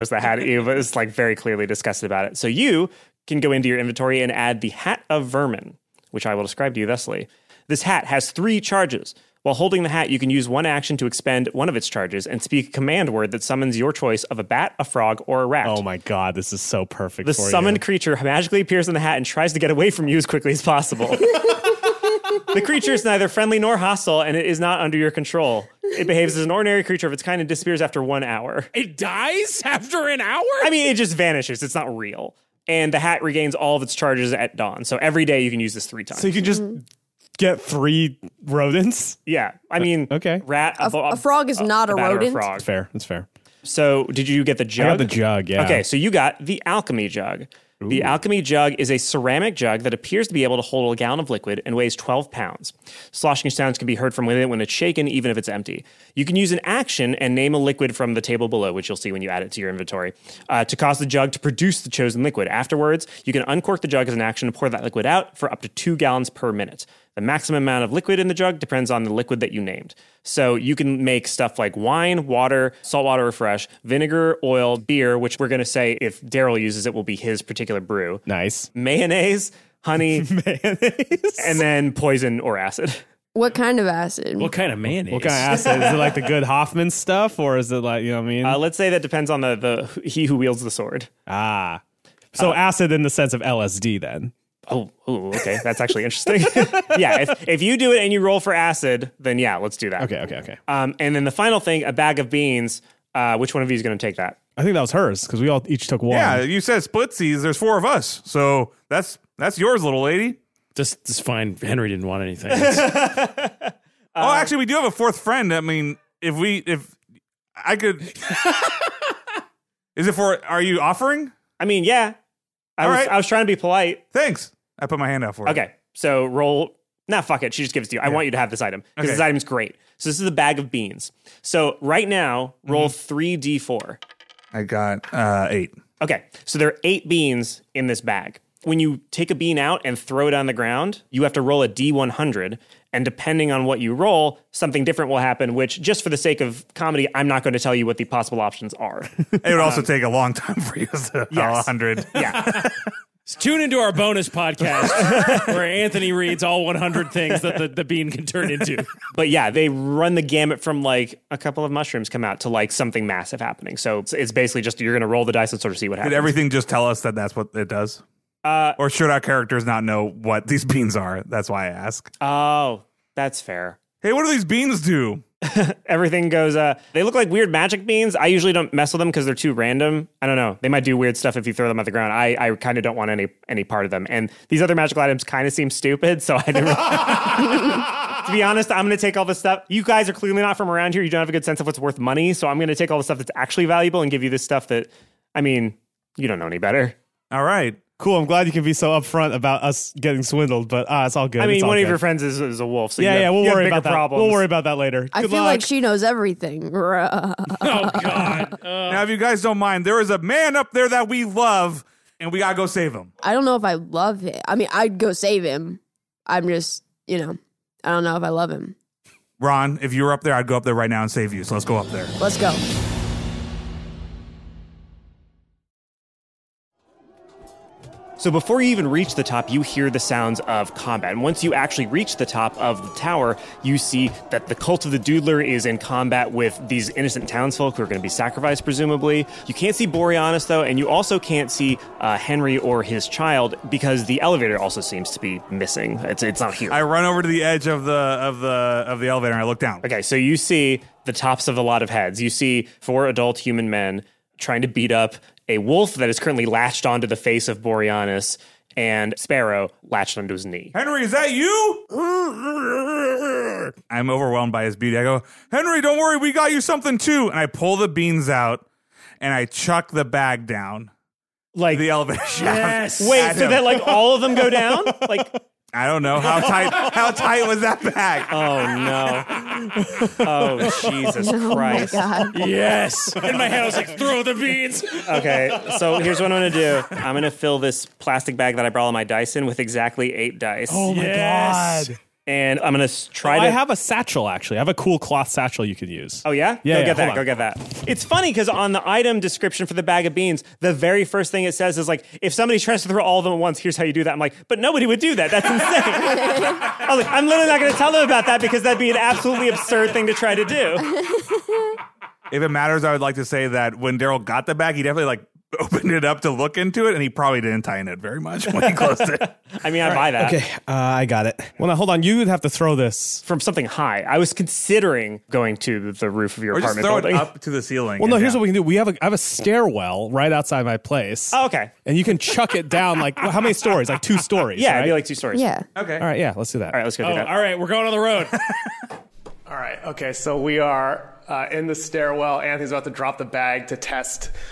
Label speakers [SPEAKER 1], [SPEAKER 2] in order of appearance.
[SPEAKER 1] was the hat. It was like very clearly discussed about it. So you can go into your inventory and add the hat of vermin, which I will describe to you thusly. This hat has three charges. While holding the hat, you can use one action to expend one of its charges and speak a command word that summons your choice of a bat, a frog, or a rat.
[SPEAKER 2] Oh my god, this is so perfect.
[SPEAKER 1] the
[SPEAKER 2] for you.
[SPEAKER 1] summoned creature magically appears in the hat and tries to get away from you as quickly as possible. the creature is neither friendly nor hostile, and it is not under your control. It behaves as an ordinary creature of its kind and disappears after one hour.
[SPEAKER 3] It dies after an hour?
[SPEAKER 1] I mean, it just vanishes. It's not real. And the hat regains all of its charges at dawn. So every day you can use this three times.
[SPEAKER 2] So you can just get three rodents.
[SPEAKER 1] yeah. I mean,
[SPEAKER 2] Uh, Okay.
[SPEAKER 1] rat.
[SPEAKER 4] A- a frog is not a
[SPEAKER 1] bat or
[SPEAKER 4] rodent.
[SPEAKER 1] frog.
[SPEAKER 2] It's fair. It's fair.
[SPEAKER 1] So did you get the jug?
[SPEAKER 2] I got the jug. Yeah.
[SPEAKER 1] Okay, so you got the alchemy jug. The alchemy jug is a ceramic jug that appears to be able to hold a gallon of liquid and weighs 12 pounds. Sloshing sounds can be heard from within it when it's shaken, even if it's empty. You can use an action and name a liquid from the table below, which you'll see when you add it to your inventory, uh, to cause the jug to produce the chosen liquid. Afterwards, you can uncork the jug as an action and pour that liquid out for up to two gallons per minute. The maximum amount of liquid in the jug depends on the liquid that you named. So you can make stuff like wine, water, saltwater refresh, vinegar, oil, beer, which we're going to say if Daryl uses it will be his particular brew,
[SPEAKER 2] Nice.
[SPEAKER 1] mayonnaise, honey, and then poison or acid.
[SPEAKER 4] What kind of acid?
[SPEAKER 3] What kind of mayonnaise?
[SPEAKER 2] What kind of acid? Is it like the good Hoffman stuff, or is it like you know what I mean?
[SPEAKER 1] Uh, let's say that depends on the, the he who wields the sword.
[SPEAKER 2] ah, so acid in the sense of LSD. Then
[SPEAKER 1] Oh, ooh, okay. That's actually interesting. yeah. If, if you do it and you roll for acid, then yeah, let's do that.
[SPEAKER 2] okay, okay, okay.
[SPEAKER 1] Um, and then the final thing, a bag of beans. Uh, which one of you is going to take that?
[SPEAKER 2] I think that was hers because we all each took one.
[SPEAKER 5] Yeah, you said splitsies. There's four of us, so that's that's yours, little lady.
[SPEAKER 3] Just, just fine. Henry didn't want anything. It's-
[SPEAKER 1] Uh,
[SPEAKER 5] oh, actually, we do have a fourth friend. I mean, if we if I could, is it for? Are you offering?
[SPEAKER 1] I mean, yeah. I
[SPEAKER 5] All
[SPEAKER 1] was,
[SPEAKER 5] right.
[SPEAKER 1] I was trying to be polite.
[SPEAKER 5] Thanks. I put my hand out for it.
[SPEAKER 1] Okay. So roll. Nah, fuck it. She just gives it to you. I want you to have this item because
[SPEAKER 5] Okay.
[SPEAKER 1] this item's great. So this is a bag of beans. So right now, roll three d4.
[SPEAKER 5] I got uh, eight.
[SPEAKER 1] Okay. So there are eight beans in this bag. When you take a bean out and throw it on the ground, you have to roll a d100. And depending on what you roll, something different will happen, which, just for the sake of comedy, I'm not going to tell you what the possible options are.
[SPEAKER 5] It would also take a long time for you to
[SPEAKER 1] Um,
[SPEAKER 5] uh,
[SPEAKER 1] Yes.
[SPEAKER 5] hundred.
[SPEAKER 1] yeah.
[SPEAKER 3] Tune into our bonus podcast where Anthony reads all 100 things that the, the bean can turn into.
[SPEAKER 1] But yeah, they run the gamut from like a couple of mushrooms come out to like something massive happening. So it's, it's basically just you're going to roll the dice and sort of see what happens.
[SPEAKER 5] Did everything just tell us that that's what it does? Uh, or should our characters not know what these beans are? That's why I ask.
[SPEAKER 1] oh, that's fair.
[SPEAKER 5] hey, what do these beans do?
[SPEAKER 1] Everything goes. Uh, they look like weird magic beans. I usually don't mess with them because they're too random. I don't know. They might do weird stuff if you throw them at the ground. I, I kind of don't want any any part of them. And these other magical items kind of seem stupid. So I didn't. to be honest, I'm going to take all the stuff. You guys are clearly not from around here. You don't have a good sense of what's worth money. So I'm going to take all the stuff that's actually valuable and give you this stuff that, I mean, you don't know any better.
[SPEAKER 5] All right.
[SPEAKER 2] Cool. I'm glad you can be so upfront about us getting swindled, but ah, it's all good.
[SPEAKER 1] I
[SPEAKER 2] It's
[SPEAKER 1] mean,
[SPEAKER 2] all
[SPEAKER 1] one
[SPEAKER 2] good.
[SPEAKER 1] of your friends is, is a wolf. So you
[SPEAKER 2] Yeah,
[SPEAKER 1] have-
[SPEAKER 2] yeah. We'll
[SPEAKER 1] you have
[SPEAKER 2] worry
[SPEAKER 1] bigger
[SPEAKER 2] about that.
[SPEAKER 1] Problems.
[SPEAKER 2] We'll worry about that later.
[SPEAKER 4] I
[SPEAKER 2] Good
[SPEAKER 4] feel
[SPEAKER 2] luck.
[SPEAKER 4] like she knows everything. Bruh.
[SPEAKER 3] Oh, God.
[SPEAKER 5] now, if you guys don't mind, there is a man up there that we love, and we gotta go save him.
[SPEAKER 4] I don't know if I love him. I mean, I'd go save him. I'm just, you know, I don't know if I love him.
[SPEAKER 5] Ron, if you were up there, I'd go up there right now and save you. So let's go up there.
[SPEAKER 4] Let's go.
[SPEAKER 1] So before you even reach the top, you hear the sounds of combat. And once you actually reach the top of the tower, you see that the cult of the Doodler is in combat with these innocent townsfolk who are going to be sacrificed, presumably. You can't see Boreanaz, though, and you also can't see uh, Henry or his child because the elevator also seems to be missing. It's, it's not here.
[SPEAKER 5] I run over to the edge of the of the of the elevator and I look down.
[SPEAKER 1] Okay, so you see the tops of a lot of heads. You see four adult human men trying to beat up a wolf that is currently latched onto the face of Boreanaz and Sparrow latched onto his knee.
[SPEAKER 5] Henry, is that you? I'm overwhelmed by his beauty. I go, Henry, don't worry, we got you something too. And I pull the beans out and I chuck the bag down
[SPEAKER 1] Like
[SPEAKER 5] the elevator shaft.
[SPEAKER 3] Yes.
[SPEAKER 1] Wait,
[SPEAKER 5] at
[SPEAKER 1] so
[SPEAKER 5] him.
[SPEAKER 1] that like all of them go down? Like,
[SPEAKER 5] I don't know how tight how tight was that bag.
[SPEAKER 1] oh no. Oh Jesus
[SPEAKER 4] Oh my
[SPEAKER 1] Christ.
[SPEAKER 4] god.
[SPEAKER 3] Yes. In my head, I was like, throw the beans.
[SPEAKER 1] Okay, so here's what I'm gonna do. I'm gonna fill this plastic bag that I brought all my dice in with exactly eight dice.
[SPEAKER 2] Oh my
[SPEAKER 3] Yes.
[SPEAKER 2] god.
[SPEAKER 1] and I'm gonna s- try to.
[SPEAKER 2] I have a satchel actually. I have a cool cloth satchel you could use.
[SPEAKER 1] Oh yeah,
[SPEAKER 2] Yeah,
[SPEAKER 1] Go
[SPEAKER 2] yeah,
[SPEAKER 1] get that.
[SPEAKER 2] hold
[SPEAKER 1] Go
[SPEAKER 2] on.
[SPEAKER 1] get that. It's funny because on the item description for the bag of beans, the very first thing it says is like, if somebody tries to throw all of them at once, here's how you do that. I'm like, but nobody would do that. That's insane. I was like, I'm literally not going to tell them about that because that'd be an absolutely absurd thing to try to do.
[SPEAKER 5] If it matters, I would like to say that when Daryl got the bag, he definitely like opened it up to look into it, and he probably didn't tighten it very much when he closed it.
[SPEAKER 1] I mean, I buy that
[SPEAKER 6] Okay, uh, I got it.
[SPEAKER 2] Well, now hold on. You would have to throw this.
[SPEAKER 1] from something high. I was considering going to the roof of your
[SPEAKER 5] Or just
[SPEAKER 1] apartment
[SPEAKER 5] throw
[SPEAKER 1] building.
[SPEAKER 5] it up to the ceiling.
[SPEAKER 2] Well, no.
[SPEAKER 5] and
[SPEAKER 2] Here's
[SPEAKER 5] down.
[SPEAKER 2] what we can do. We have a I have a stairwell right outside my place.
[SPEAKER 1] Oh, okay.
[SPEAKER 2] And you can chuck it down like well, how many stories? Like two stories.
[SPEAKER 1] Yeah,
[SPEAKER 2] right?
[SPEAKER 1] it'd be like two stories.
[SPEAKER 4] Yeah.
[SPEAKER 5] Okay.
[SPEAKER 2] All right. Yeah. Let's do that.
[SPEAKER 1] All right, let's go
[SPEAKER 3] Oh,
[SPEAKER 1] do that.
[SPEAKER 3] all right, we're going on the road.
[SPEAKER 7] All right. Okay. So we are uh, in the stairwell. Anthony's about to drop the bag to test